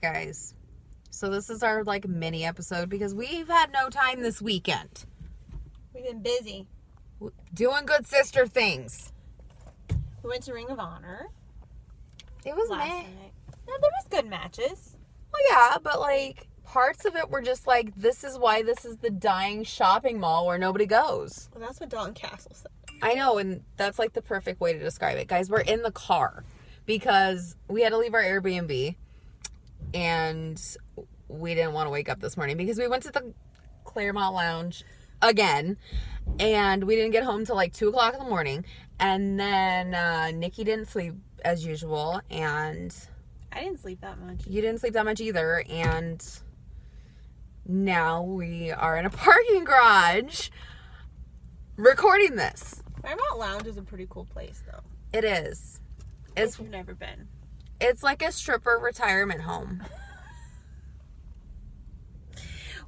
guys. So this is our like mini episode because we've had no time this weekend We've been busy. W- doing good sister things. We went to Ring of Honor It was last meh. night. No, there was good matches. Well, yeah, but like parts of it were just like this is why this is the dying shopping mall where nobody goes. Well, that's what Don Castle said. I know, and that's like the perfect way to describe it. Guys, we're in the car because we had to leave our Airbnb and we didn't want to wake up this morning because we went to the Claremont Lounge again and we didn't get home till like two o'clock in the morning. And then uh, Nikki didn't sleep as usual, and I didn't sleep that much. you didn't sleep that much either. And now we are in a parking garage recording this. Fairmont Lounge is a pretty cool place, though. It is. It's If you've never been. it's like a stripper retirement home.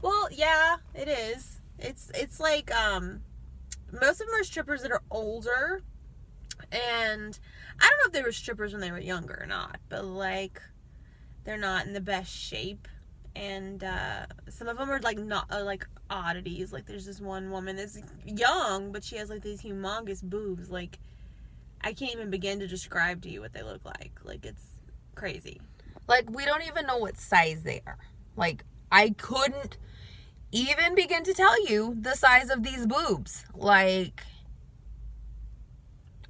Well, yeah, it is. It's it's like um, most of them are strippers that are older, and I don't know if they were strippers when they were younger or not, but like they're not in the best shape, and uh, some of them are like not uh, like oddities. Like there's this one woman that's young, but she has like these humongous boobs. Like I can't even begin to describe to you what they look like. Like it's crazy. Like we don't even know what size they are. Like I couldn't even begin to tell you the size of these boobs. Like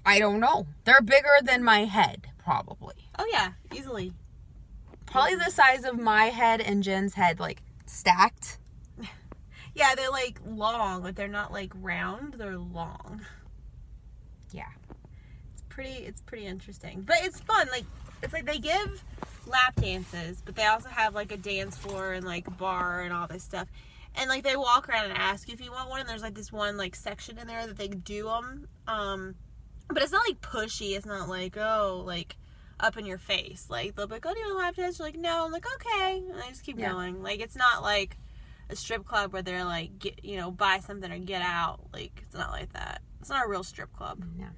I don't know. They're bigger than my head probably. Oh yeah, easily. Probably the size of my head and Jen's head like stacked. Yeah, they're like long, but they're not like round. They're long. Yeah. It's pretty. It's pretty interesting, but it's fun. Like it's like they give lap dances, but they also have like a dance floor and like a bar and all this stuff. And like they walk around and ask if you want one. And there's like this one like section in there that they do them. Um, but it's not like pushy. It's not like oh like up in your face. Like they'll be like oh do you want a lap dance? You're like no. I'm like okay. And I just keep Yeah. going. Like it's not like a strip club where they're like get you know buy something or get out. Like it's not like that. It's not a real strip club. Yeah.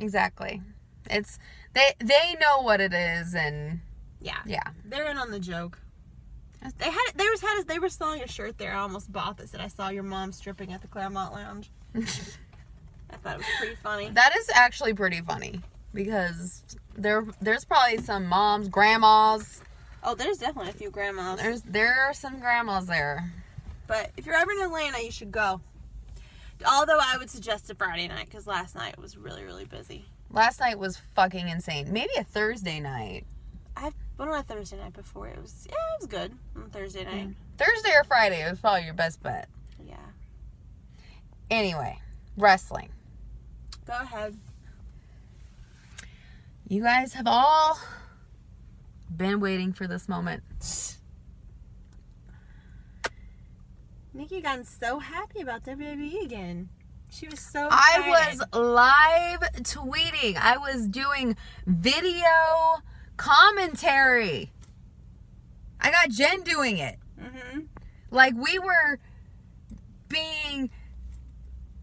Exactly. It's they they know what it is and Yeah. yeah. They're in on the joke. That's- They had they was had they were selling a shirt there. I almost bought this, and I saw your mom stripping at the Claremont Lounge. I thought it was pretty funny. That is actually pretty funny because there there's probably some moms, grandmas. Oh, there's definitely a few grandmas. There's there are some grandmas there. But if you're ever in Atlanta, you should go. Although I would suggest a Friday night because last night was really really busy. Last night was fucking insane. Maybe a Thursday night. I've been on a Thursday night before. It was yeah, it was good on Thursday night. Thursday or Friday was probably your best bet. Yeah. Anyway, wrestling. Go ahead. You guys have all been waiting for this moment. Nikki got so happy about WWE again. She was so. I excited. was live tweeting. I was doing video commentary. I got Jen doing it. Mm-hmm. Mm. Like we were being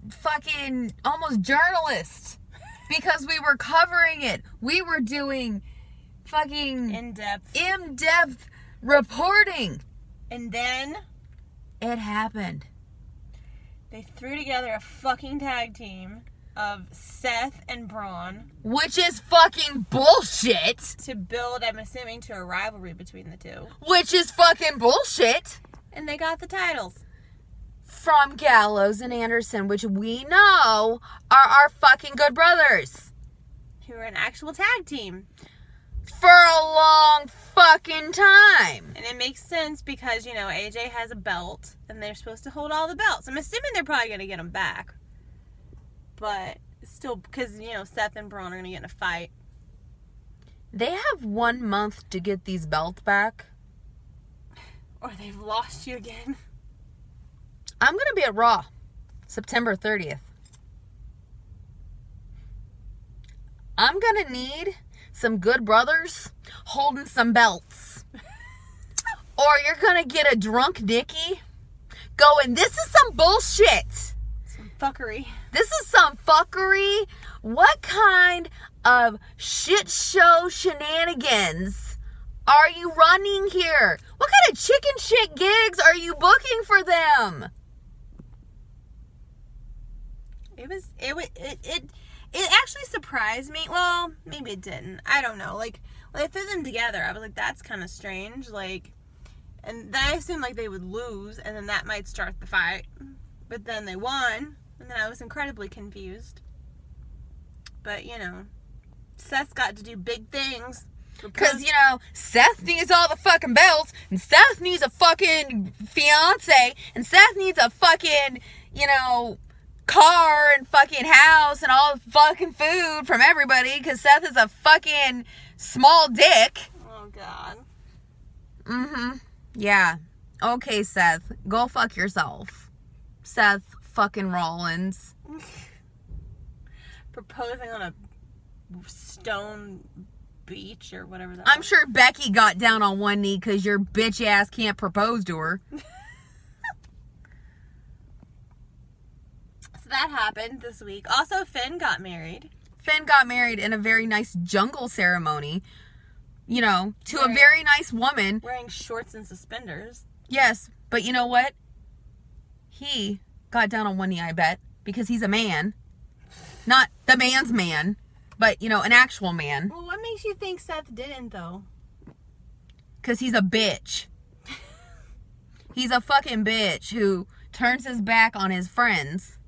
fucking almost journalists because we were covering it. We were doing fucking In depth. in depth reporting. And then It happened. they threw together a fucking tag team of Seth and Braun Which is fucking bullshit. to build, I'm assuming, to a rivalry between the two. Which is fucking bullshit. And they got the titles. From Gallows and Anderson, which we know are our fucking good brothers. Who were an actual tag team. For a long fucking time. And it makes sense because, you know, AJ has a belt and they're supposed to hold all the belts. I'm assuming they're probably going to get them back. But still, because, you know, Seth and Braun are going to get in a fight. They have one month to get these belts back. Or they've lost you again. I'm gonna be at Raw, September 30th. I'm gonna need some good brothers holding some belts, or you're gonna get a drunk Nikki going. This is some bullshit. Some fuckery. This is some fuckery. What kind of shit show shenanigans are you running here? What kind of chicken shit gigs are you booking for them? It was it was it, it it actually surprised me. Well, maybe it didn't. I don't know. Like when I threw them together, I was like, that's kind of strange. Like, and then I assumed like they would lose, and then that might start the fight. But then they won, and then I was incredibly confused. But you know, Seth got to do big things. Because, you know, Seth needs all the fucking belts, and Seth needs a fucking fiance, and Seth needs a fucking, you know, car and fucking house and all the fucking food from everybody because Seth is a fucking small dick. oh god. Mm hmm. Yeah. Okay, Seth. Go fuck yourself. Seth fucking Rollins. proposing on a stone beach or whatever that I'm was. sure Becky got down on one knee because your bitch ass can't propose to her. So that happened this week. Also, Finn got married. Finn got married in a very nice jungle ceremony, you know, to a Right. very nice woman. Wearing shorts and suspenders. Yes, but you know what? He got down on one knee, I bet, because he's a man. Not the man's man, but, you know, an actual man, Well, what makes you think Seth didn't, though? because he's a bitch. He's a fucking bitch who turns his back on his friends.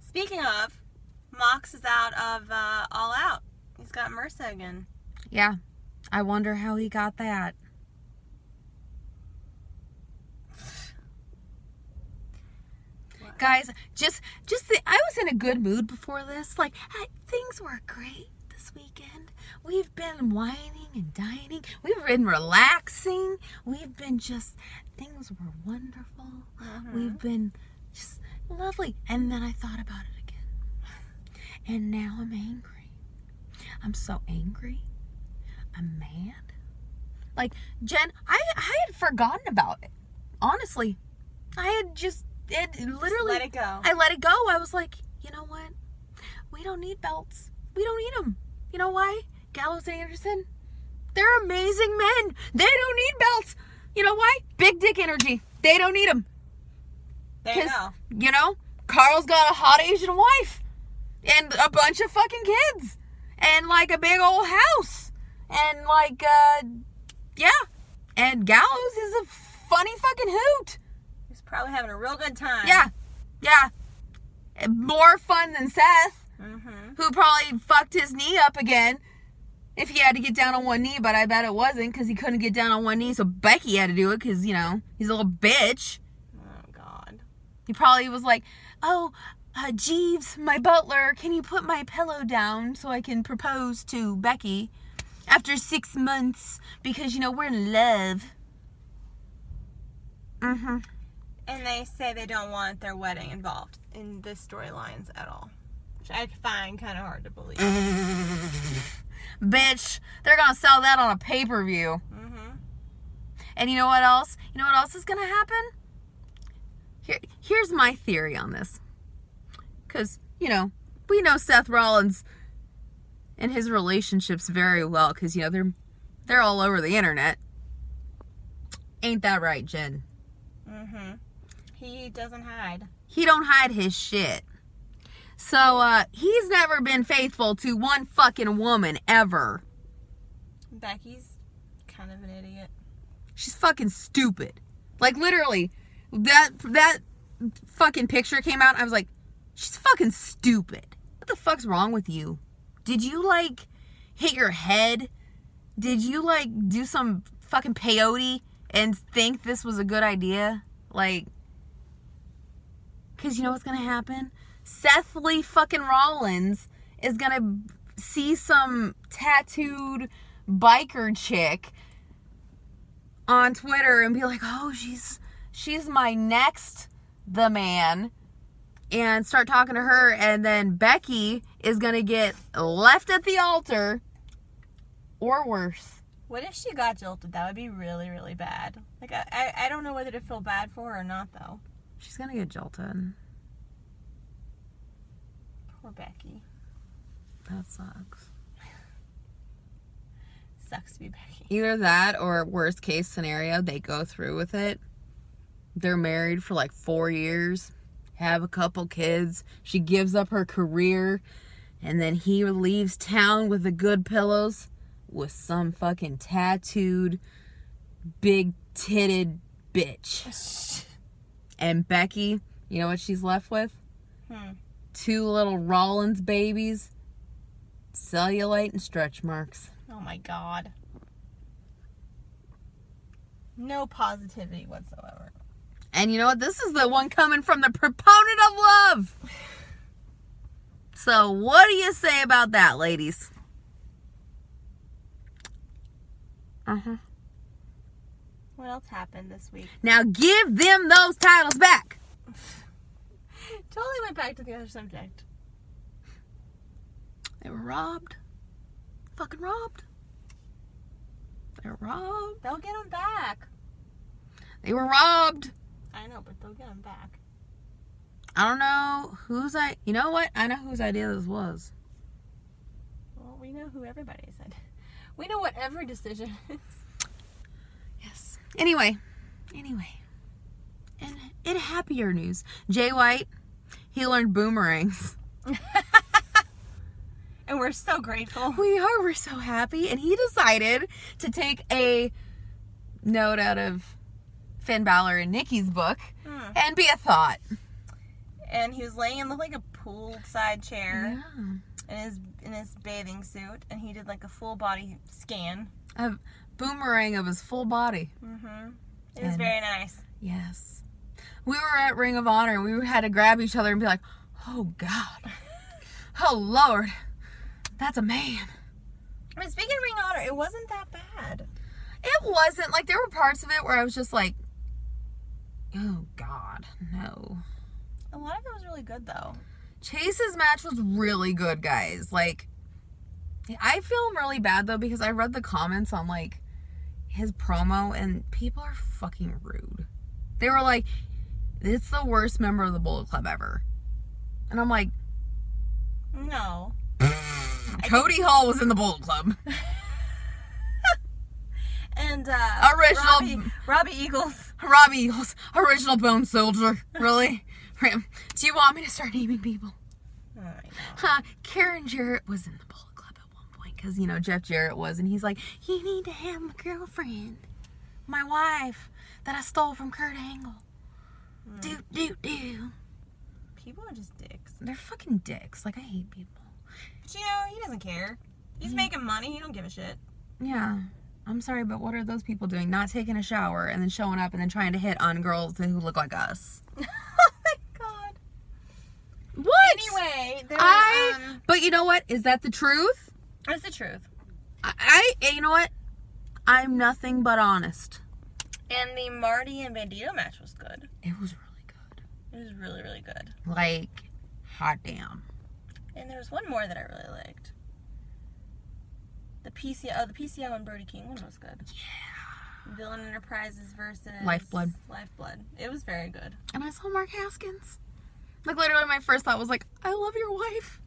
Speaking of, Mox is out of uh, All Out. He's got MRSA again. Yeah, I wonder how he got that. What? Guys, just just the, I was in a good mood before this. Like I, things were great this weekend. We've been whining and dining. We've been relaxing. We've been just things were wonderful. Mm-hmm. We've been just lovely. And then I thought about it again. And now I'm angry. I'm so angry. I'm mad. Like, Jen, I, I had forgotten about it. Honestly, I had just, it literally, Let it go. I let it go. I was like, you know what? We don't need belts. We don't need them. You know why? Gallows and Anderson, they're amazing men. They don't need belts. You know why? Big dick energy. They don't need them. there you 'cause- go. You know, Carl's got a hot Asian wife and a bunch of fucking kids and like a big old house and like uh yeah. And Gallows is a funny fucking hoot. He's probably having a real good time. Yeah. Yeah. More fun than Seth, Mm-hmm. who probably fucked his knee up again if he had to get down on one knee, but I bet it wasn't cuz he couldn't get down on one knee, so Becky had to do it cuz you know, he's a little bitch. Oh, God. He probably was like, "Oh, uh, Jeeves, my butler, can you put my pillow down so I can propose to Becky after six months because you know we're in love." Mm-hmm. And they say they don't want their wedding involved in the storylines at all. Which I find kind of hard to believe. Bitch, they're gonna sell that on a pay per view. Mm-hmm. And you know what else? You know what else is gonna happen? Here, here's my theory on this. Cause, you know, we know Seth Rollins and his relationships very well, because you know they're they're all over the internet. Ain't that right, Jen? Mm-hmm. He doesn't hide. He don't hide his shit. So uh he's never been faithful to one fucking woman ever. Becky's kind of an idiot. She's fucking stupid. Like literally, that that fucking picture came out. I was like, she's fucking stupid. What the fuck's wrong with you? Did you like hit your head? Did you like do some fucking peyote and think this was a good idea? Like, cause you know what's gonna happen? Seth Lee fucking Rollins is gonna see some tattooed biker chick on Twitter and be like, "Oh, she's she's my next the man." And start talking to her and then Becky is going to get left at the altar or worse. What if she got jilted? That would be really, really bad. Like, I, I, I don't know whether to feel bad for her or not, though. She's going to get jilted. Poor Becky. That sucks. sucks to be Becky. Either that or worst case scenario, they go through with it. They're married for like four years, have a couple kids. She gives up her career, and then he leaves town with the good pillows with some fucking tattooed, big titted bitch. And Becky, you know what she's left with? Hmm. Two little Rollins babies, cellulite, and stretch marks. Oh my god. No positivity whatsoever. And you know what? This is the one coming from the proponent of love. So, what do you say about that, ladies? Uh huh. What else happened this week? Now give them those titles back. Totally went back to the other subject. They were robbed. Fucking robbed. They were robbed. They'll get them back. They were robbed. I know, but they'll get them back. I don't know whose I. You know what? I know whose idea this was. Well, we know who everybody said. We know what every decision is. Yes. Anyway, anyway, and in happier news, Jay White, he learned boomerangs. And we're so grateful. We are. We're so happy, and he decided to take a note out of Finn Balor and Nikki's book Hmm. and be a thought. And he was laying in like a poolside chair in his in his bathing suit, and he did like a full body scan. A boomerang of his full body. Mm-hmm. It was And- very nice. Yes. We were at Ring of Honor. and We had to grab each other and be like, "Oh God, oh Lord, that's a man." But speaking of Ring of Honor, it wasn't that bad. It wasn't like there were parts of it where I was just like, oh god, no. A lot of it was really good though. Chase's match was really good, guys. Like, I feel really bad though because I read the comments on like his promo and people are fucking rude. They were like, it's the worst member of the Bullet Club ever. And I'm like, No. Cody Hall was in the Bullet Club. And uh Original- Robbie, Robbie Eagles. Robbie Eagles, original Bone Soldier. Really? Ram, Do you want me to start naming people? Oh my God. Huh, Karen Jarrett was in the Bullet Club at one point because you know Jeff Jarrett was, and he's like, "You need to have my girlfriend, my wife that I stole from Kurt Angle." Do do do. People are just dicks. They're fucking dicks. Like I hate people. But you know, he doesn't care. He's making money, he don't give a shit. Yeah. I'm sorry, but what are those people doing? Not taking a shower and then showing up and then trying to hit on girls who look like us. oh my god. What? Anyway, there I. was, um, But you know what? Is that the truth? that's the truth. I. I you know what? I'm nothing but honest. And the Marty and Bandito match was good. It was really good. It was really, really good. Like, hot damn. And there was one more that I really liked. The PCO, oh, the PCO and Brody King one was good. Yeah. Villain Enterprises versus Lifeblood. Lifeblood. It was very good. And I saw Mark Haskins. Like literally, my first thought was like, "I love your wife.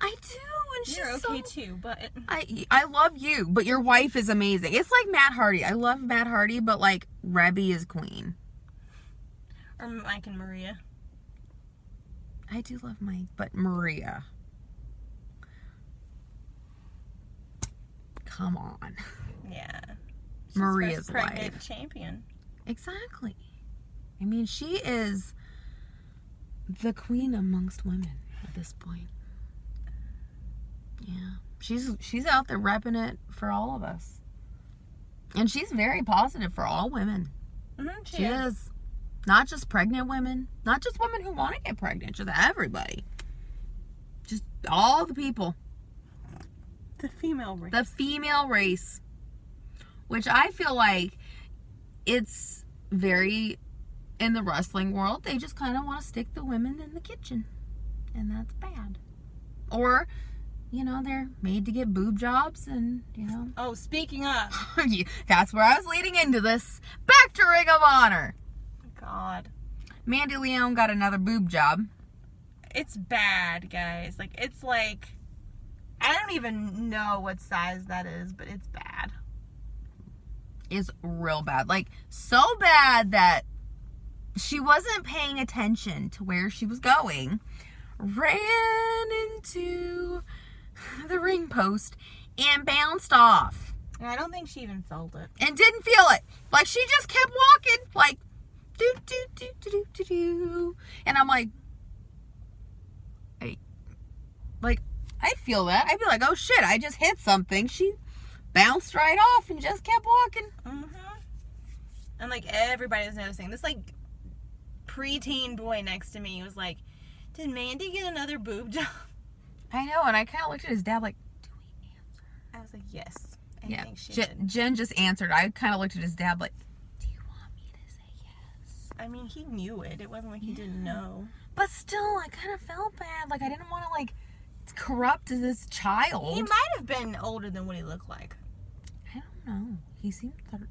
I do." And she's You're so. okay too, but it, I I love you, but your wife is amazing. It's like Matt Hardy. I love Matt Hardy, but like Rebby is queen. or Mike and Maria. I do love Mike, but Maria. Come on, Yeah. She's Maria's first pregnant wife. champion. Exactly. I mean, she is the queen amongst women at this point. Yeah. She's she's out there repping it for all of us. And she's very positive for all women. Mm-hmm, she She is. is. Not just pregnant women, not just women who want to get pregnant, just everybody. Just all the people The female race. the female race, which I feel like it's very in the wrestling world, they just kind of want to stick the women in the kitchen, and that's bad. Or, you know, they're made to get boob jobs, and you know, oh, speaking of. you- that's where I was leading into this. Back to Ring of Honor. God. Mandy Leon got another boob job. It's bad, guys. Like, it's like I don't even know what size that is, but it's bad. Is real bad. Like, so bad that she wasn't paying attention to where she was going, ran into the ring post, and bounced off. And I don't think she even felt it. and didn't feel it. Like she just kept walking, like do do do do do do do, and I'm like, I, like I feel that. I'd be like, oh shit, I just hit something. She bounced right off and just kept walking. hmm And like everybody was noticing. This like preteen boy next to me was like, "Did Mandy get another boob job?" I know, and I kind of looked at his dad like, do we answer? I was like, "Yes, I yeah, think she Jen, did." Jen just answered. I kind of looked at his dad like, do you want me to say yes? I mean, he knew it. It wasn't like he didn't know. But still, I kind of felt bad. Like I didn't want to like corrupt this child. He might have been older than what he looked like. I don't know. He seemed 13.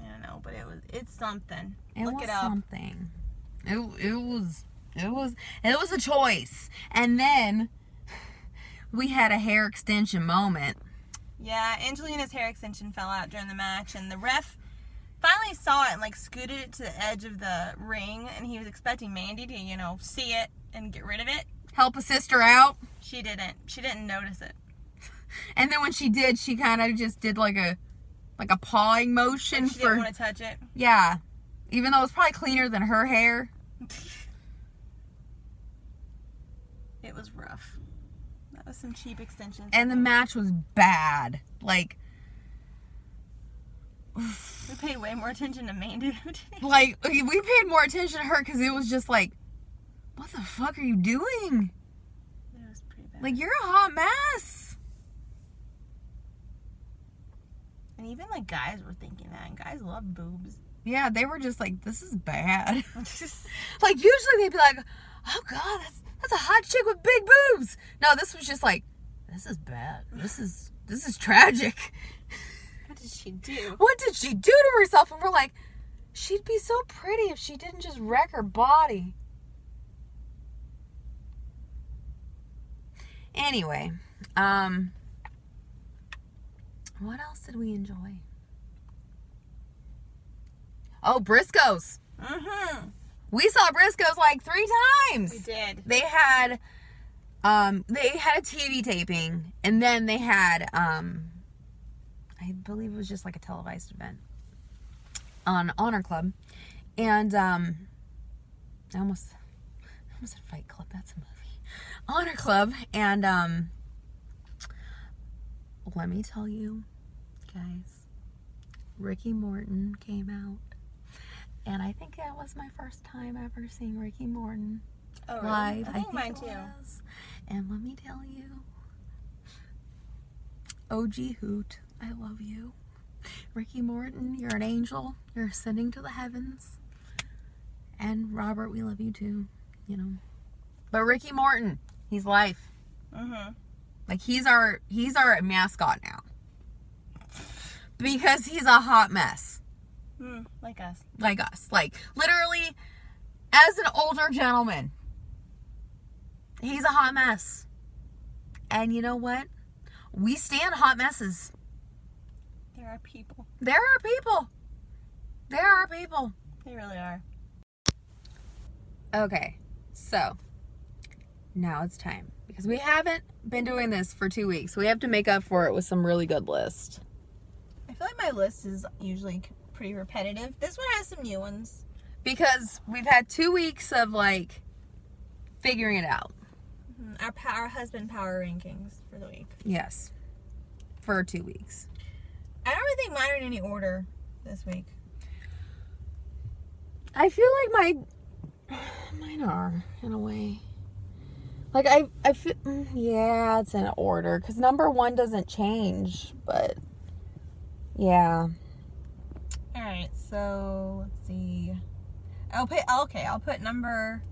I don't know, but it was it's something. It Look was it up. something. It, it was it was it was a choice. And then we had a hair extension moment. Yeah, Angelina's hair extension fell out during the match, and the ref finally saw it and like scooted it to the edge of the ring, and he was expecting Mandy to, you know, see it and get rid of it. Help a sister out. She didn't. She didn't notice it. And then when she did, she kind of just did like a like a pawing motion She didn't for want to touch it. yeah. Even though it was probably cleaner than her hair. It was rough. That was some cheap extensions. And the match was bad. Like we paid way more attention to Mandy. than we did. like we paid more attention to her cuz it was just like what the fuck are you doing? It was pretty bad. Like you're a hot mess. and even like guys were thinking that, and guys love boobs. Yeah, they were just like, this is bad. like usually they'd be like, oh god, that's that's a hot chick with big boobs. No, this was just like, this is bad. This is this is tragic. what did she do? What did she do to herself? And we're like, she'd be so pretty if she didn't just wreck her body. Anyway, um, what else did we enjoy? Oh, Briscoes. Mm-hmm. We saw Briscoes like three times We did. they had um they had a TV taping and then they had um I believe it was just like a televised event on Honor Club and um I almost I almost said Fight Club that's a movie Honor Club and um let me tell you guys Ricky Morton came out and I think that was my first time ever seeing Ricky Morton Oh, really? live. I think mine it too. was. And let me tell you, OG Hoot, I love you. Ricky Morton, you're an angel. You're ascending to the heavens. And Robert, we love you too. You know, but Ricky Morton, he's life. Mm-hmm. Like he's our he's our mascot now because he's a hot mess Mm, like us. like us. Like literally, as an older gentleman, he's a hot mess. And you know what? We stand hot messes. There are people. There are people. There are people. They really are. Okay, so now it's time because we haven't been doing this for two weeks. We have to make up for it with some really good list. I feel like my list is usually c- pretty repetitive. This one has some new ones. Because we've had two weeks of like figuring it out. Mhm. Our power husband power rankings for the week. Yes. For two weeks. I don't really think mine are in any order this week. I feel like my mine are in a way. Like I I feel mm, yeah, it's in order cuz number 1 doesn't change, but yeah. All right, so let's see. I'll put oh, okay. I'll put number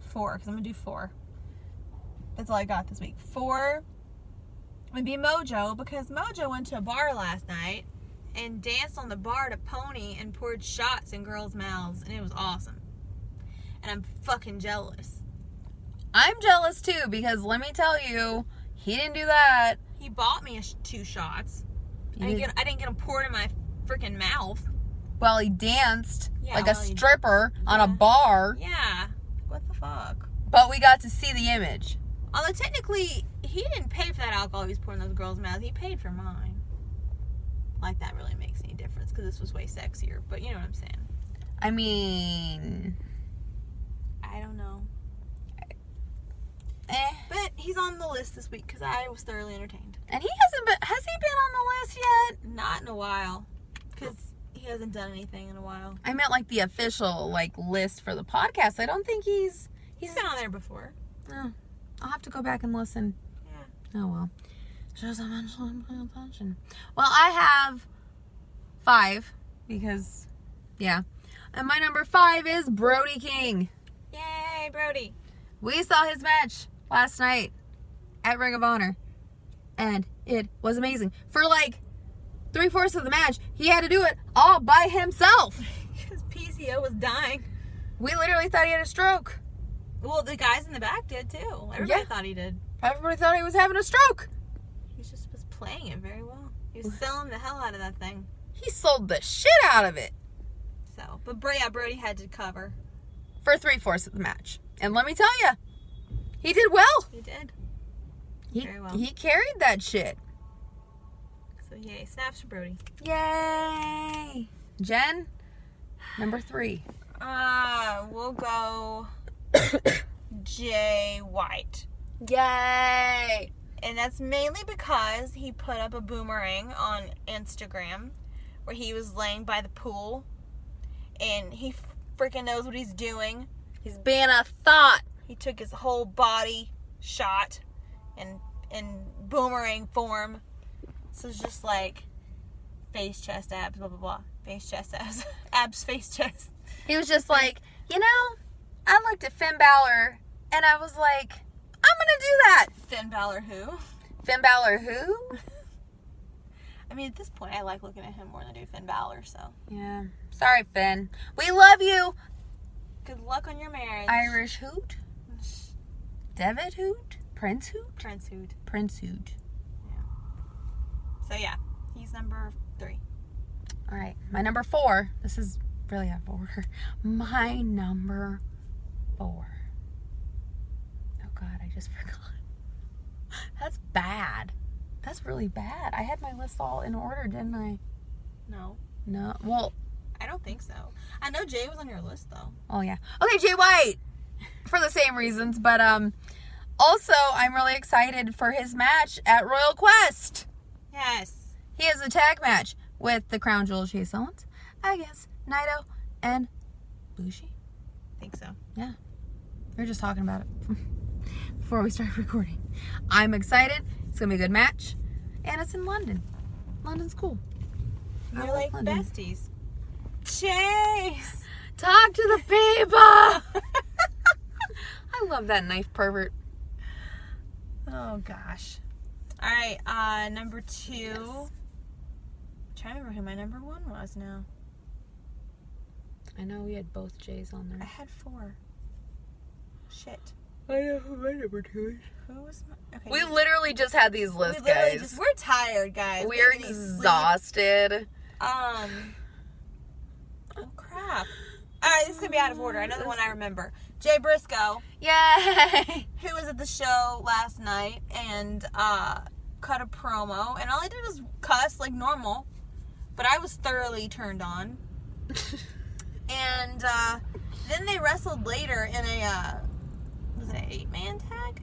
four because I'm gonna do four. That's all I got this week. Four would be Mojo because Mojo went to a bar last night and danced on the bar to Pony and poured shots in girls' mouths and it was awesome. And I'm fucking jealous. I'm jealous too because let me tell you, he didn't do that. He bought me a sh- two shots. You I didn't, didn't- get, I didn't get them poured in my freaking mouth. Well, he danced Yeah, like a well, he- stripper on a Yeah. bar, Yeah. What the fuck? but we got to see the image. Although technically, he didn't pay for that alcohol he was pouring in those girls' mouths. He paid for mine. Like that really makes any difference because this was way sexier. But you know what I'm saying. I mean, I don't know. eh. But he's on the list this week because I was thoroughly entertained. And he hasn't been, has he been on the list yet? Not in a while because he hasn't done anything in a while. I meant like the official like list for the podcast. I don't think he's, He's been on there before. oh, I'll have to go back and listen. Yeah. Oh well. Shows I'm actually paying attention. Well, I have five because, yeah. And my number five is Brody King. Yay, Brody. We saw his match last night at Ring of Honor, and it was amazing. For like three fourths of the match, he had to do it all by himself. His PCO was dying. We literally thought he had a stroke. Well, the guys in the back did too. Everybody Yeah. thought he did. Everybody thought he was having a stroke. He just was playing it very well. He was selling the hell out of that thing. He sold the shit out of it So, but Br- yeah, Brody had to cover. for three fourths of the match. And let me tell you, he did well. He did. He, Very well. he carried that shit. So yay, snaps for Brody. Yay. Jen, number three. Uh, we'll go Jay White. Yay. And that's mainly because he put up a boomerang on Instagram where he was laying by the pool and he freaking knows what he's doing. He's being a thought. He took his whole body shot and in boomerang form. So it's just like face, chest, abs, blah blah blah. Face, chest, abs, abs, face, chest. He was just like, you know, I looked at Finn Balor and I was like, I'm going to do that. Finn Balor, who? Finn Balor, who? I mean, at this point, I like looking at him more than I do Finn Balor. So Yeah. Sorry, Finn. We love you. good luck on your marriage. Irish Hoot. David Hoot. Prince Hoot. Prince Hood. Prince Hoot. So yeah, he's number three. All right, my number four. This is really out of order. My number four. Oh God, I just forgot. That's bad. That's really bad. I had my list all in order, didn't I? No, No. Well, I don't think so. I know Jay was on your list though. oh yeah. Okay, Jay White. For the same reasons, but um, also I'm really excited for his match at Royal Quest. Yes. He has a tag match with the Crown Jewel Chase Owens, Agus, Naito, and Bushi. Think so. We were just talking about it before we started recording. I'm excited. It's gonna be a good match, and it's in London. London's cool. I You're like like London. besties. Chase. Talk to the people. I love that knife pervert. Oh gosh. All right, uh number 2. trying to remember who my number 1 was now. I know we had both J's on I there. had 4. Shit. I know who my number two is. Who was my Okay. We literally just had these we lists, literally guys. just we're tired, guys. We we're need to sleep. exhausted. Um Oh crap. All right, this could be out of order. I know the one I remember. Jay Briscoe, Yay! who was at the show last night and uh cut a promo and all I did was cuss like normal. But I was thoroughly turned on. and uh, then they wrestled later in a uh, was it an eight man tag,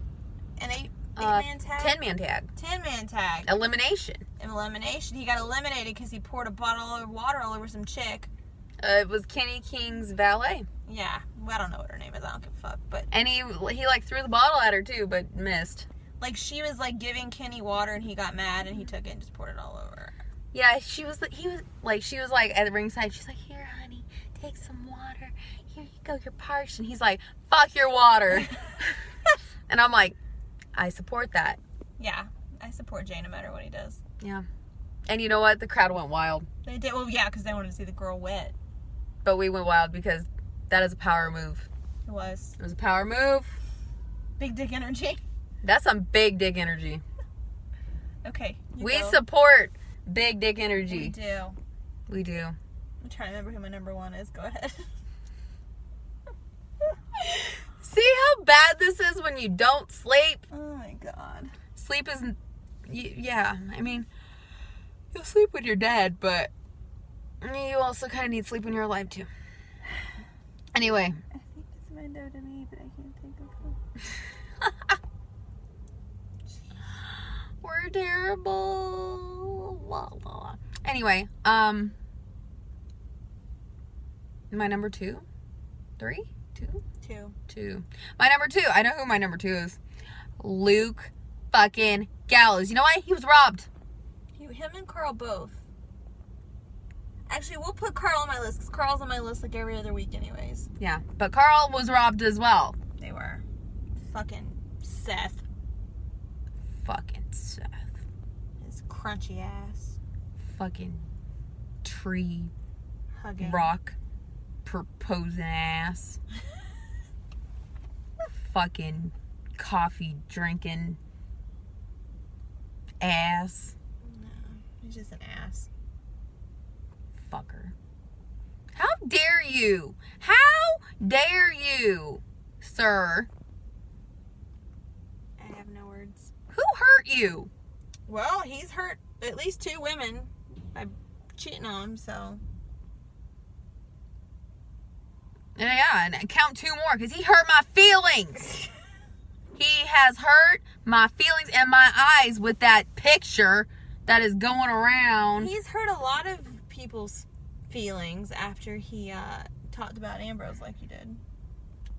an eight eight Uh, man tag, Ten man tag. ten man tag, Elimination. An elimination. He got eliminated because he poured a bottle of water all over some chick. Uh, it was Kenny King's valet, Yeah, well, I don't know what her name is. I don't give a fuck. But and he he like threw the bottle at her too, but missed. like, she was like giving Kenny water, and he got mad, and he took it and just poured it all over. her. Yeah, she was. He was like she was like at the ringside. She's like, "Here, honey, take some water. Here you go, you're parched." And he's like, "Fuck your water." and I'm like, I support that. Yeah, I support Jay no matter what he does. Yeah. And you know what? The crowd went wild, They did well, yeah, because they wanted to see the girl wet. but we went wild because that is a power move. It was It was a power move. Big dick energy. That's some big dick energy. Okay. you we go. support big dick We energy. do. We do. I'm trying to remember who my number one is. Go ahead. See how bad this is when you don't sleep? oh my god. Sleep isn't. y- Yeah, I mean, you'll sleep when you're dead, but you also kind of need sleep when you're alive, too. Anyway, I think it's Mendo to me, but I can't think of who. we're terrible. La, la, la. Anyway, um, my number two, three, two, Two. two. My number two. I know who my number two is. Luke fucking Gallows. You know why? He was robbed. You, him and Carl both. Actually, we'll put Carl on my list because Carl's on my list like every other week, anyways. Yeah, but Carl was robbed as well. They were. Fucking Seth. Fucking Seth. His crunchy ass. Fucking tree Hugging. rock proposing ass. Fucking coffee drinking ass No, he's just an ass. fucker. How dare you? How dare you, sir? I have no words. Who hurt you? Well, he's hurt at least two women by cheating on him, so. Yeah, and count two more because he hurt my feelings. he has hurt my feelings and my eyes with that picture that is going around. He's hurt a lot of people's feelings after he uh, talked about Ambrose like he did.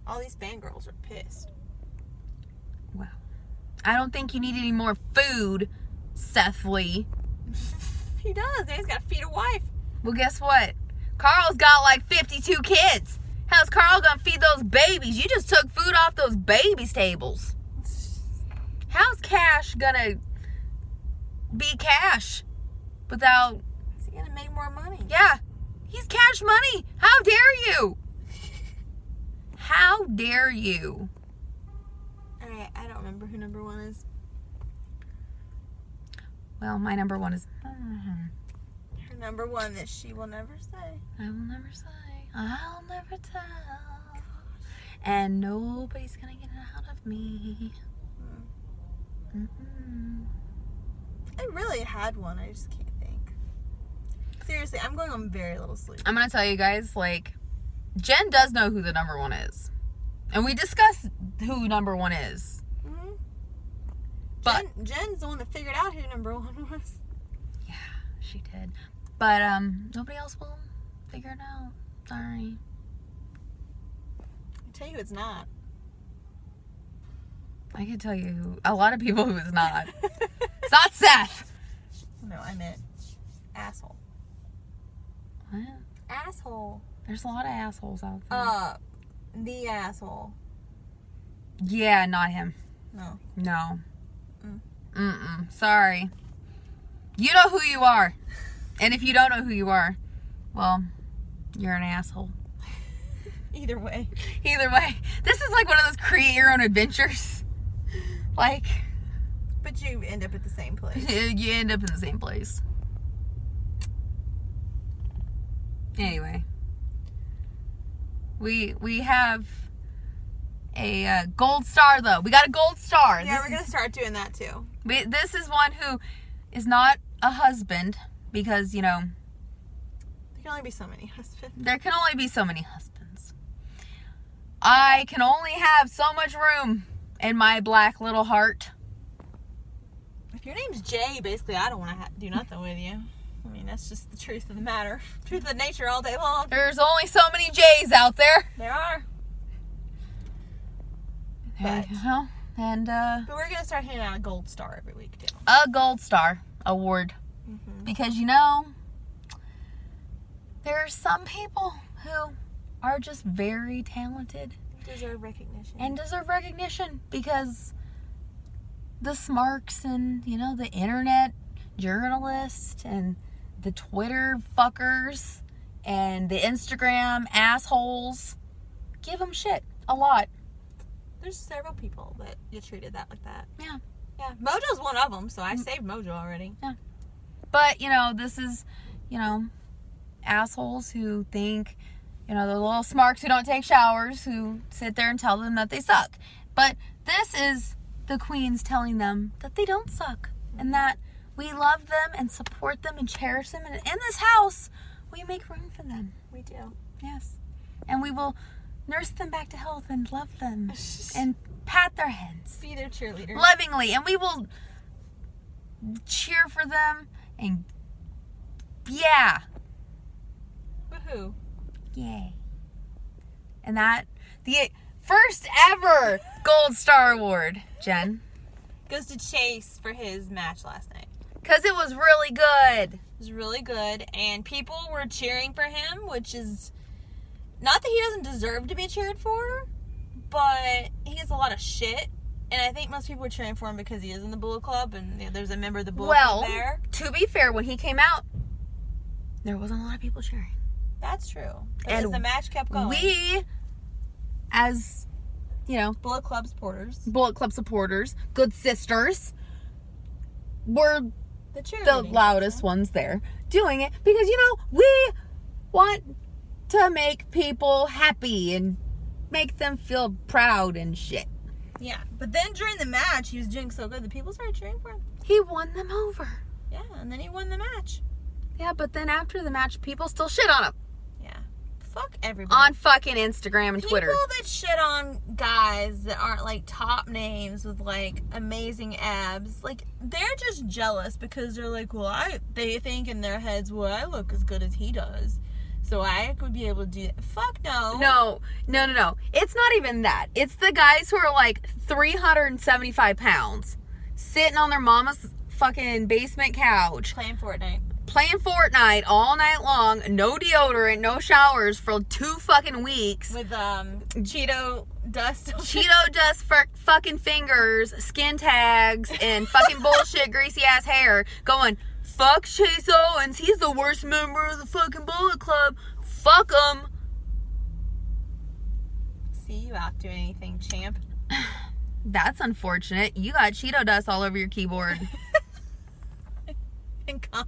All these fangirls are pissed. I don't think you need any more food, Seth Lee. he does. Now he's got to feed a wife. Well, guess what? Carl's got like 52 kids. How's Carl gonna feed those babies? You just took food off those babies' tables. How's Cash gonna be Cash without He's going to make more money. Yeah, he's cash money. How dare you? How dare you? All right, I don't remember who number one is. Well, my number one is. Mm-hmm. Her number one that she will never say. I will never say. I'll never tell. And nobody's gonna get it out of me. Mm-hmm. Mm-mm. I really had one. I just can't think. Seriously, I'm going on very little sleep. I'm gonna tell you guys, like, Jen does know who the number one is. And we discussed who number one is. Mm-hmm. But- Jen, Jen's the one that figured out who number one was. Yeah, she did. But um nobody else will figure it out. Sorry. I tell you, it's not. I can tell you who, a lot of people who it's Uh, not. It's not Seth. no, I meant asshole. What? Asshole. There's a lot of assholes out there. Uh, the asshole. yeah, not him. No. No. Mm. Mm-mm. Sorry. You know who you are. And if you don't know who you are, well, you're an asshole. Either way. Either way, this is like one of those create your own adventures. Like, But you end up at the same place. you end up in the same place. Anyway, we we have a uh, gold star though. We got a gold star. yeah, this we're gonna is, start doing that too. we, this is one who is not a husband because you know There can only be so many husbands. there can only be so many husbands. I can only have so much room in my black little heart. If your name's Jay, basically, I don't want to ha- do nothing with you. I mean, that's just the truth of the matter. Truth of nature all day long. There's only so many J's out there. There are. There you go. And uh But we're gonna start handing out a gold star every week too. a gold star award Mm-hmm. because you know there are some people who are just very talented Deserve recognition. and deserve recognition because the smarks and you know the internet journalists and the twitter fuckers and the instagram assholes give them shit a lot There's several people that get treated that like that. Yeah. Yeah. Mm. Mojo's one of them, so I saved Mojo already. But, you know, this is, you know, assholes who think, you know, the little smarks who don't take showers who sit there and tell them that they suck. But this is the queens telling them that they don't suck and that we love them and support them and cherish them. And in this house, we make room for them. We do. Yes. And we will nurse them back to health and love them and pat their heads be their cheerleader. lovingly and we will cheer for them and yeah Woohoo. yay and that the first ever gold star award jen Goes to Chase for his match last night. because it was really good It was really good, and people were cheering for him, which is not that he doesn't deserve to be cheered for, but he gets a lot of shit. And I think most people were cheering for him because he is in the Bullet Club, and you know, there's a member of the Bullet well Club there. to be fair when he came out there wasn't a lot of people cheering That's true. And Because the match kept going. we as you know Bullet Club supporters. bullet club supporters good sisters were The the cheerleading. loudest ones there doing it because you know we want to make people happy and make them feel proud and shit. Yeah. But then during the match, he was doing so good, the people started cheering for him. He won them over. Yeah, and then he won the match. Yeah, but then after the match, people still shit on him Yeah. Fuck everybody. on fucking Instagram and Twitter. People that shit on guys that aren't like top names with like amazing abs, like they're just jealous because they're like, well, I they think in their heads, well, I look as good as he does, so I could be able to do that. Fuck no. No, no, no, no. It's not even that. It's the guys who are like 375 pounds sitting on their mama's fucking basement couch Playing Fortnite. playing Fortnite all night long, no deodorant, no showers for two fucking weeks. With um Cheeto dust. Cheeto dust for fucking fingers, skin tags, and fucking bullshit greasy ass hair going, fuck Chase Owens, he's the worst member of the fucking Bullet Club. Fuck him. See you out doing anything, champ. That's unfortunate. You got Cheeto dust all over your keyboard. And come.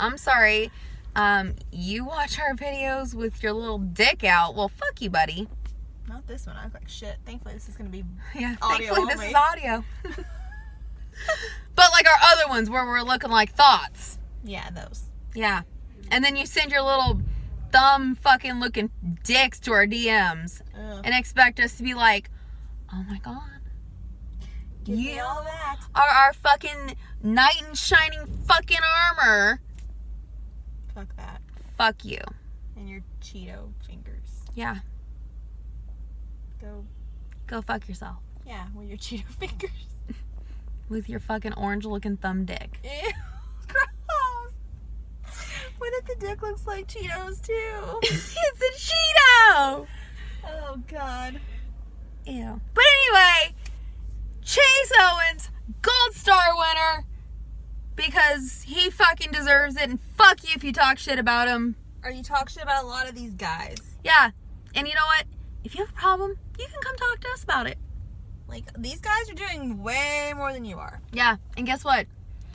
I'm sorry. Um, you watch our videos with your little dick out. Well, fuck you, buddy. Not this one. I look like shit. Thankfully, this is gonna be. Yeah, Audio thankfully this only. is audio. but like our other ones where we're looking like thoughts. Yeah, those. Yeah. And then you send your little thumb fucking looking dicks to our DMs Ugh. and expect us to be like, oh my god. Give me you all that. are our fucking knight in shining fucking armor. Fuck that. Fuck you. And your Cheeto fingers. Yeah. Go Go fuck yourself. Yeah, with your Cheeto fingers. With your fucking orange looking thumb dick. Ew, gross. What if the dick looks like Cheetos too? it's a Cheeto! oh God. Ew. But anyway, Chase Owens, Gold Star winner, because he fucking deserves it, and fuck you if you talk shit about him. Are you talking shit about a lot of these guys? Yeah, and you know what? If you have a problem, you can come talk to us about it. Like these guys are doing way more than you are. Yeah, and guess what?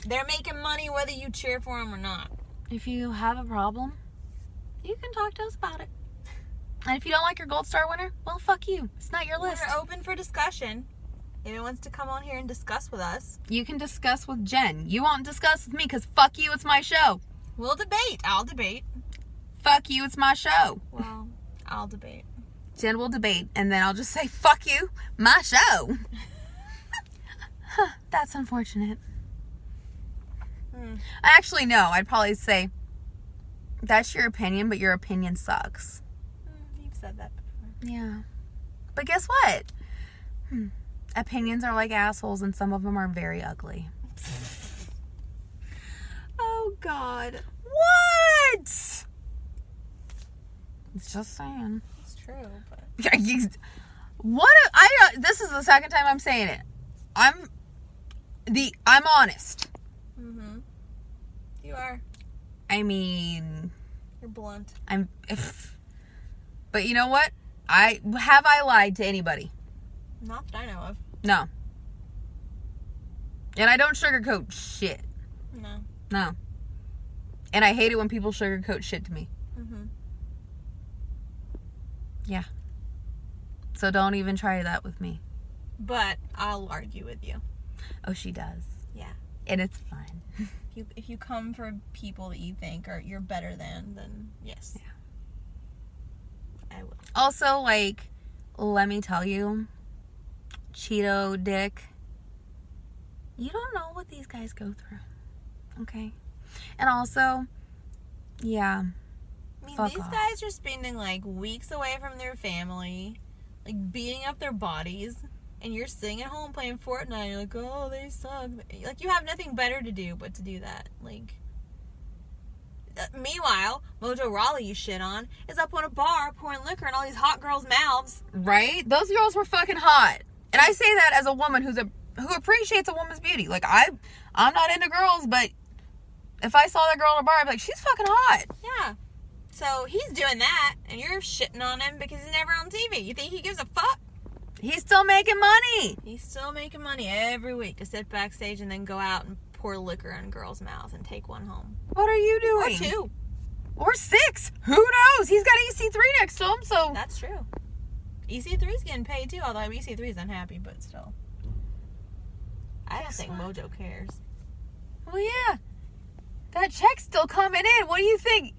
They're making money whether you cheer for them or not. If you have a problem, you can talk to us about it. And if you don't like your Gold Star winner, well, fuck you. It's not your list. We're open for discussion. If anyone wants to come on here and discuss with us, You can discuss with Jen. You won't discuss with me because fuck you, it's my show. we'll debate. I'll debate. Fuck you, it's my show. Well, I'll debate. Jen will debate, and then I'll just say, fuck you, my show. Huh, That's unfortunate. Hmm. Actually, no, I'd probably say, that's your opinion, but your opinion sucks. Hmm, You've said that before. Yeah. But guess what? Hmm. Opinions are like assholes, and some of them are very ugly. Oh God. What? It's just saying. It's true, but Yeah, you- what a- I uh, this is the second time I'm saying it. I'm the I'm honest. Mm-hmm. You are. I mean, You're blunt. I'm if, But you know what? I have I lied to anybody? Not that I know of. No. And I don't sugarcoat shit. No. No. And I hate it when people sugarcoat shit to me. Mm-hmm. Yeah. So don't even try that with me. But I'll argue with you. Oh, she does. Yeah. And it's fun. If you if you come for people that you think are you're better than, then yes. I will. Also, like, let me tell you, Cheeto Dick, you don't know what these guys go through. Okay. And also, yeah. I mean, Fuck these off. guys are spending like weeks away from their family, like beating up their bodies, and you're sitting at home playing Fortnite. You're like, oh, they suck. Like you have nothing better to do but to do that. Like. uh, Meanwhile, Mojo Raleigh, you shit on, is up on a bar pouring liquor in all these hot girls' mouths. Right? Those girls were fucking hot. And I say that as a woman who's a who appreciates a woman's beauty. Like I I'm not into girls, but if I saw that girl in a bar, I'd be like, she's fucking hot. Yeah. So he's doing that, and you're shitting on him because he's never on TV. You think he gives a fuck? He's still making money. He's still making money every week to sit backstage and then go out and pour liquor in girls' mouths and take one home. What are you Or doing? two. Or six. Who knows? He's got EC3 next to him, so That's true. EC3's getting paid too, although EC3's unhappy, but still. I don't Guess think what? Mojo cares. Well yeah. That check's still coming in. What do you think?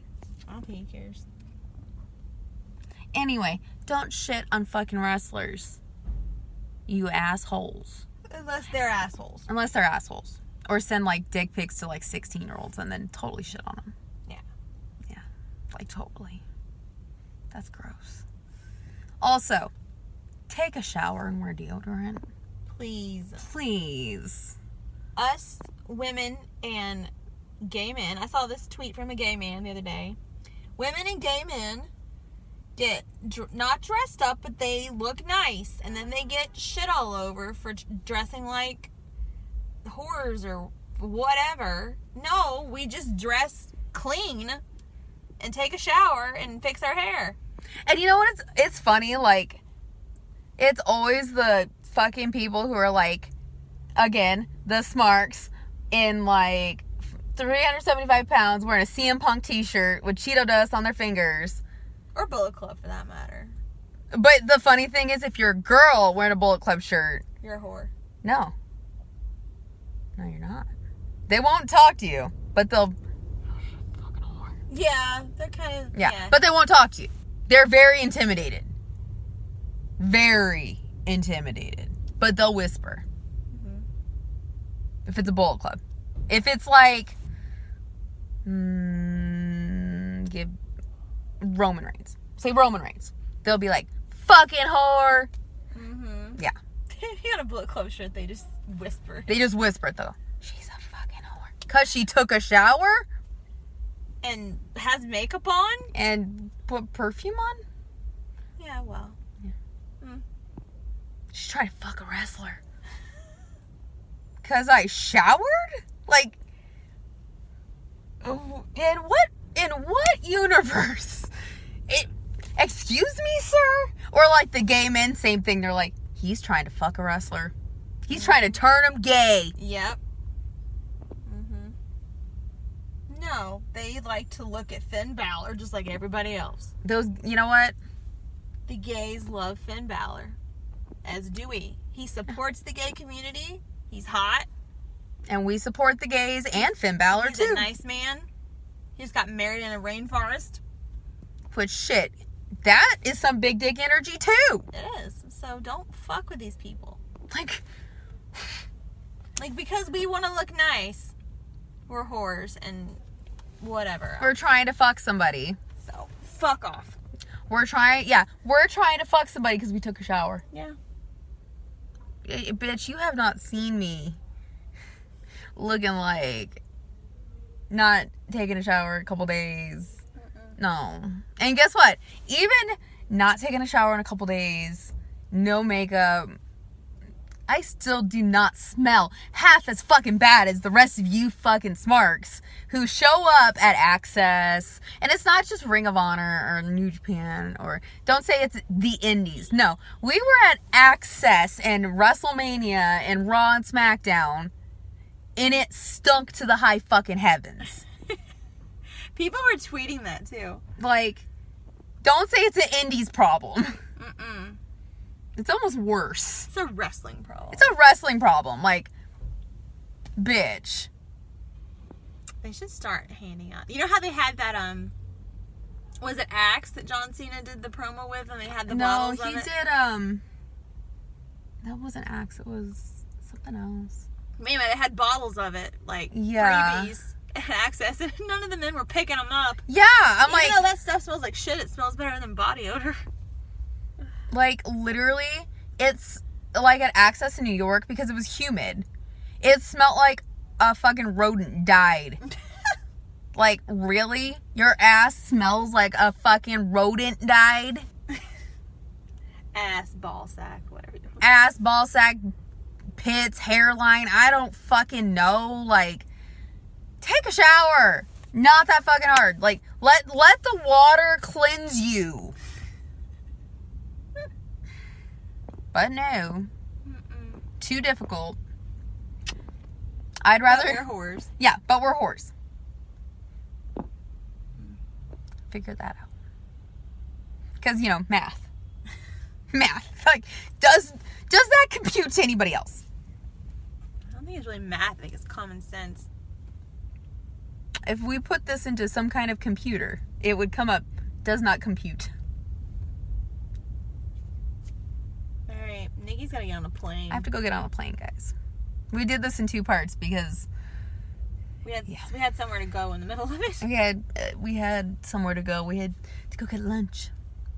I don't think he cares. Anyway, don't shit on fucking wrestlers. You assholes. Unless they're assholes. Unless they're assholes. Or send like dick pics to like 16 year olds and then totally shit on them. Yeah. Yeah. Like totally. That's gross. Also, take a shower and wear deodorant. Please. Please. us women and gay men. I saw this tweet from a gay man the other day. Women and gay men get dr- not dressed up, but they look nice, and then they get shit all over for d- dressing like whores or whatever. No, we just dress clean and take a shower and fix our hair. And you know what? It's it's funny. Like, it's always the fucking people who are like, again, the smarks in like 375 pounds wearing a CM Punk T-shirt with Cheeto dust on their fingers. Or Bullet Club for that matter. But the funny thing is, if you're a girl wearing a Bullet Club shirt, You're a whore. no, no, you're not. They won't talk to you, but they'll Yeah, they're kind of. Yeah. But they won't talk to you. They're very intimidated. Very intimidated. But they'll whisper. Mm-hmm. Mhm. If it's a bullet club. If it's like mm, give Roman Reigns. Say Roman Reigns. They'll be like, fucking whore. hmm Yeah. if you got a Bullet Club shirt, they just whisper. They just whisper it though. She's a fucking whore. Cause she took a shower and has makeup on. and put perfume on? Yeah, well, She's trying to fuck a wrestler. Cause I showered? Like oh, in what in what universe? It excuse me, sir? Or like the gay men, same thing. They're like, he's trying to fuck a wrestler. He's trying to turn him gay. yep. Mhm. No, they like to look at Finn Balor just like everybody else. Those you know what? The gays love Finn Balor, as do we. He supports the gay community. He's hot. And we support the gays and Finn Balor He's too. a nice man. He just got married in a rainforest. Which shit. That is some big dick energy too. It is. So don't fuck with these people. Like Like because we want to look nice, we're whores and whatever. we're trying to fuck somebody. So fuck off. We're trying, yeah, we're trying to fuck somebody because we took a shower. Yeah. Eh, bitch, you have not seen me looking like not taking a shower a couple days. No. And guess what? Even not taking a shower in a couple days, no makeup, I still do not smell half as fucking bad as the rest of you fucking smarks who show up at Access. And it's not just Ring of Honor or New Japan or don't say it's the Indies. No, we were at Access and WrestleMania and Raw and SmackDown and it stunk to the high fucking heavens. People were tweeting that too. Like, don't say it's an Indies problem. Mm-mm. It's almost worse. It's a wrestling problem. It's a wrestling problem. Like, bitch. they should start handing out. You know how they had that um, was it Axe that John Cena did the promo with, and they had the no, bottles he of it. did, um. That wasn't Axe, it was something else. Anyway, they had bottles of it, like Yeah. freebies and access, and none of the men were picking them up. Yeah, I'm Even though like, that stuff smells like shit, it smells better than body odor. like literally, it's like at Access in New York because it was humid. It smelled like a fucking rodent died. like, really? Your ass smells like a fucking rodent died? Ass, ball sack, whatever. you ass, ball sack, pits, hairline. I don't fucking know. Like, take a shower. Not that fucking hard. Like, let let the water cleanse you. But no, Mm-mm. too difficult. I'd Rather rather, your whores. yeah, but we're whores. Figure that out. Cause you know math, math. Like, does does that compute to anybody else? I don't think it's really math. I think it's common sense. if we put this into some kind of computer, it would come up does not compute. All right, Nikki's gotta get on a plane. I have to go get on a plane, guys. We did this in two parts because we had yeah. we had somewhere to go in the middle of it. we had uh, we had somewhere to go. We had to go get lunch.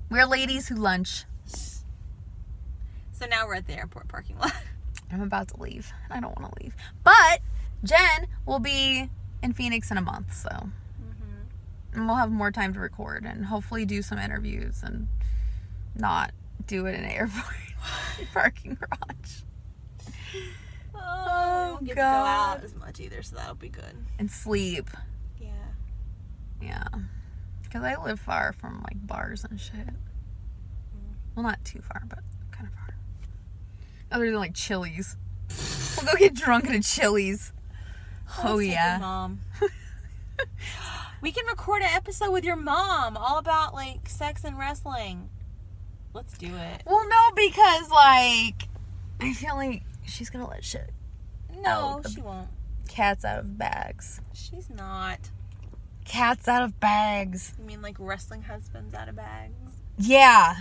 We're ladies who lunch. So now we're at the airport parking lot. I'm about to leave. and I don't want to leave. But Jen will be in Phoenix in a month, so Mm-hmm. and we'll have more time to record and hopefully do some interviews and not do it in an airport parking garage. Oh, Oh, we won't get to go God. out as much either, so that'll be good. And sleep. Yeah. Yeah. Because I live far from like bars and shit. Well, not too far, but kind of far. Other than like Chili's. We'll go get drunk at a Chili's. Oh, Let's take your yeah. mom. we can record an episode with your mom, all about like sex and wrestling. Let's do it. Well, no, because like, I feel like she's gonna let shit No, Oh, she won't. cats out of bags. She's not. Cats out of bags. You mean like wrestling husbands out of bags? Yeah.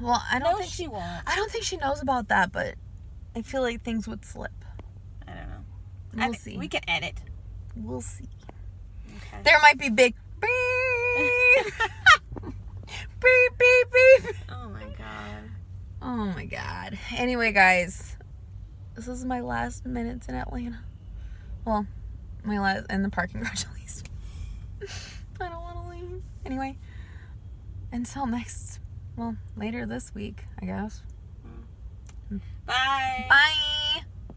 Well, I don't No, think she. she won't. I don't think she knows about that, but I feel like things would slip. I don't know. I We'll thi- see. We can edit. we'll see. Okay. There might be big beep, beep, beep, beep. Oh my god. Oh my god. Anyway, guys, this is my last minutes in Atlanta. Well, my last in the parking garage at least. I don't want to leave. Anyway, until next, well, later this week, I guess. Bye. Bye.